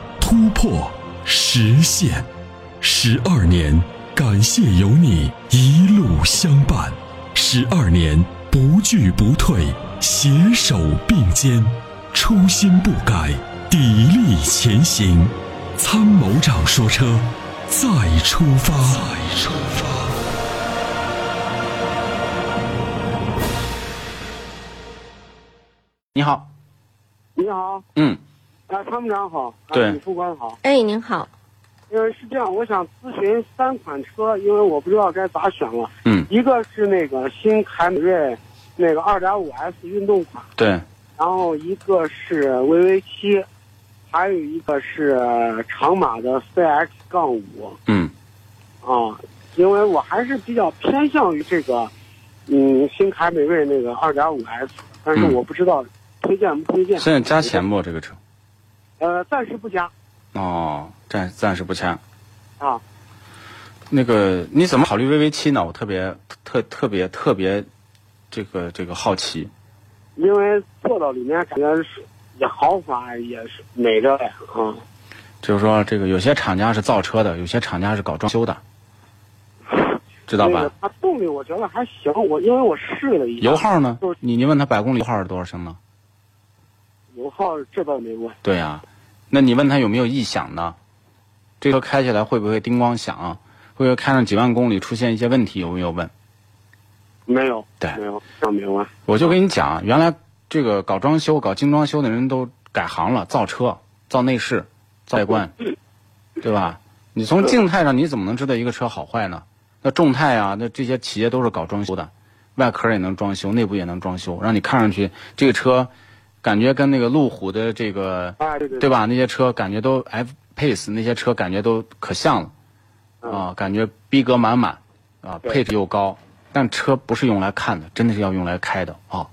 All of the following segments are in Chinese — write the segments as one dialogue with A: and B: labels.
A: 突破、实现，十二年，感谢有你一路相伴，十二年不惧不退，携手并肩，初心不改，砥砺前行。参谋长说车，再出发。再出发。
B: 你好，
C: 你好，
B: 嗯，
C: 啊，参谋长好，啊
B: 对
C: 李副官好，
D: 哎，您好，
C: 呃，是这样，我想咨询三款车，因为我不知道该咋选了。
B: 嗯
C: 一个是那个新凯美瑞，那个 2.5S 运动款，
B: 对，
C: 然后一个是薇薇七，还有一个是长马的 CX 杠五
B: 嗯
C: 啊，因为我还是比较偏向于这个，嗯，新凯美瑞那个 2.5S，但是
B: 嗯
C: 我不知道推荐不推荐。
B: 现在加钱不？这个车？
C: 呃，暂时不加
B: 哦，暂暂时不加。
C: 啊。
B: 那个你怎么考虑 VV 七呢？我特别特特别特别这个这个好奇。
C: 因为坐到里面感觉是也豪华，也是美着呀，啊、
B: 就是说，这个有些厂家是造车的，有些厂家是搞装修的，知道
C: 那
B: 吧
C: 个？它动力我觉得还行，我因为我试了一下
B: 油耗呢
C: 就是？
B: 你你问他百公里油耗是多少升呢？
C: 油耗这倒没问，
B: 对呀、那你问他有没有异响呢？这车开起来会不会叮咣响啊？会不会开上几万公里出现一些问题？有没有问？
C: 没有，
B: 对
C: 没有，这没问。
B: 我就跟你讲，原来这个搞装修、搞精装修的人都改行了，造车、造内饰、造外观，对吧？你从静态上你怎么能知道一个车好坏呢？那众泰啊，那这些企业都是搞装修的，外壳也能装修，内部也能装修，让你看上去这个车感觉跟那个路虎的这个
C: 哎，对对
B: 对吧？那些车感觉都 F Pace 那些车感觉都可像了，啊、感觉逼格满满，啊、
C: 嗯对
B: 配置又高，但车不是用来看的，真的是要用来开的啊、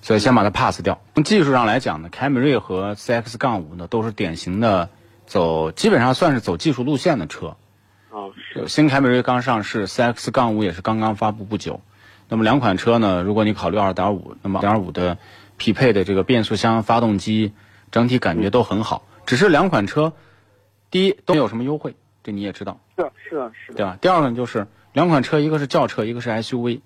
B: 所以先把它 pass 掉。从技术上来讲呢，凯美瑞和 CX 杠五呢都是典型的走，基本上算是走技术路线的车，
C: 啊，是
B: 新凯美瑞刚上市，CX 杠五也是刚刚发布不久。那么两款车呢，如果你考虑2.5，那么2.5的匹配的这个变速箱、发动机，整体感觉都很好。只是两款车，第一都没有什么优惠，这你也知道，
C: 是是的是啊
B: 对
C: 的
B: 吧？第二个呢，就是两款车，一个是轿车，一个是 SUV。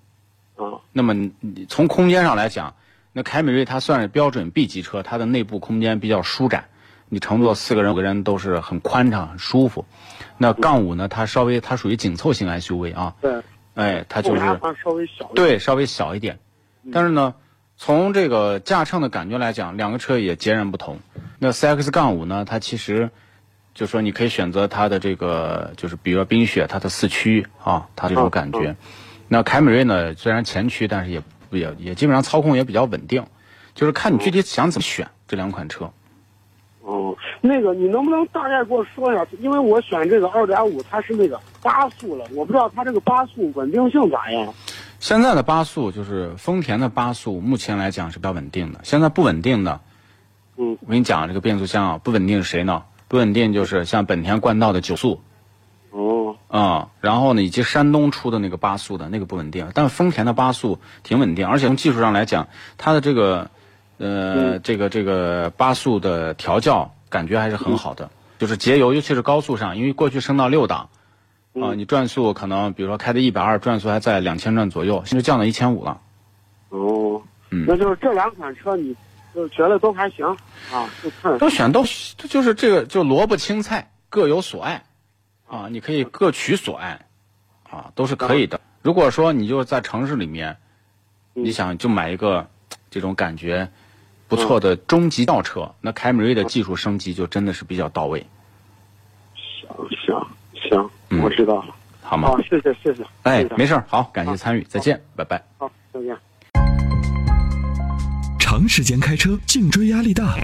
C: 啊，
B: 那么你你从空间上来讲，那凯美瑞它算是标准 B 级车，它的内部空间比较舒展，你乘坐四个人、五个人都是很宽敞、很舒服。那杠五呢，它稍微它属于紧凑型 SUV 啊，
C: 对，
B: 哎，它
C: 后
B: 就
C: 排
B: 是
C: 好像稍微小一点，
B: 对稍微小一点，但是呢，从这个驾乘的感觉来讲，两个车也截然不同。那 CX 杠五呢，它其实就说你可以选择它的这个，就是比如说冰雪它的四驱啊，它这种感觉。那凯美瑞呢，虽然前驱，但是也也也基本上操控也比较稳定，就是看你具体想怎么选这两款车。
C: 哦、那个你能不能大概给我说一下？因为我选这个2.5，它是那个八速了，我不知道它这个八速稳定性咋样。
B: 现在的八速就是丰田的八速，目前来讲是比较稳定的。现在不稳定的，
C: 嗯，
B: 我跟你讲，这个变速箱啊，不稳定是谁呢？不稳定就是像本田冠道的九速
C: 哦、
B: 啊、然后呢，以及山东出的那个八速的那个不稳定，但丰田的八速挺稳定，而且从技术上来讲，它的这个呃、这个这个八速的调教感觉还是很好的，就是节油，尤其是高速上，因为过去升到六档。啊、你转速可能，比如说开的一百二，转速还在两千转左右，甚至降到一千五了。
C: 哦，
B: 嗯
C: 那就是这两款车你就觉得都还行啊，就看
B: 都选都就是这个就萝卜青菜各有所爱，啊，你可以各取所爱，啊，都是可以的。如果说你就在城市里面，
C: 嗯
B: 你想就买一个这种感觉不错的中级轿车，那凯美瑞的技术升级就真的是比较到位，
C: 行行
B: 嗯，
C: 我知道了。
B: 好吗
C: 好，？谢谢谢谢。
B: 哎
C: 谢谢，
B: 没事儿，好，感谢参与，再见，拜拜。
C: 好，再见。
A: 长长时间开车，颈椎压力大，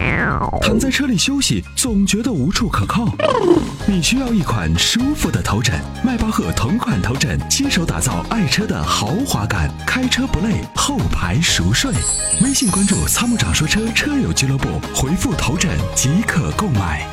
A: 躺在车里休息，总觉得无处可靠。你需要一款舒服的头枕，迈巴赫同款头枕，亲手打造爱车的豪华感，开车不累，后排熟睡。微信关注“参谋长说车”车友俱乐部，回复“头枕”即可购买。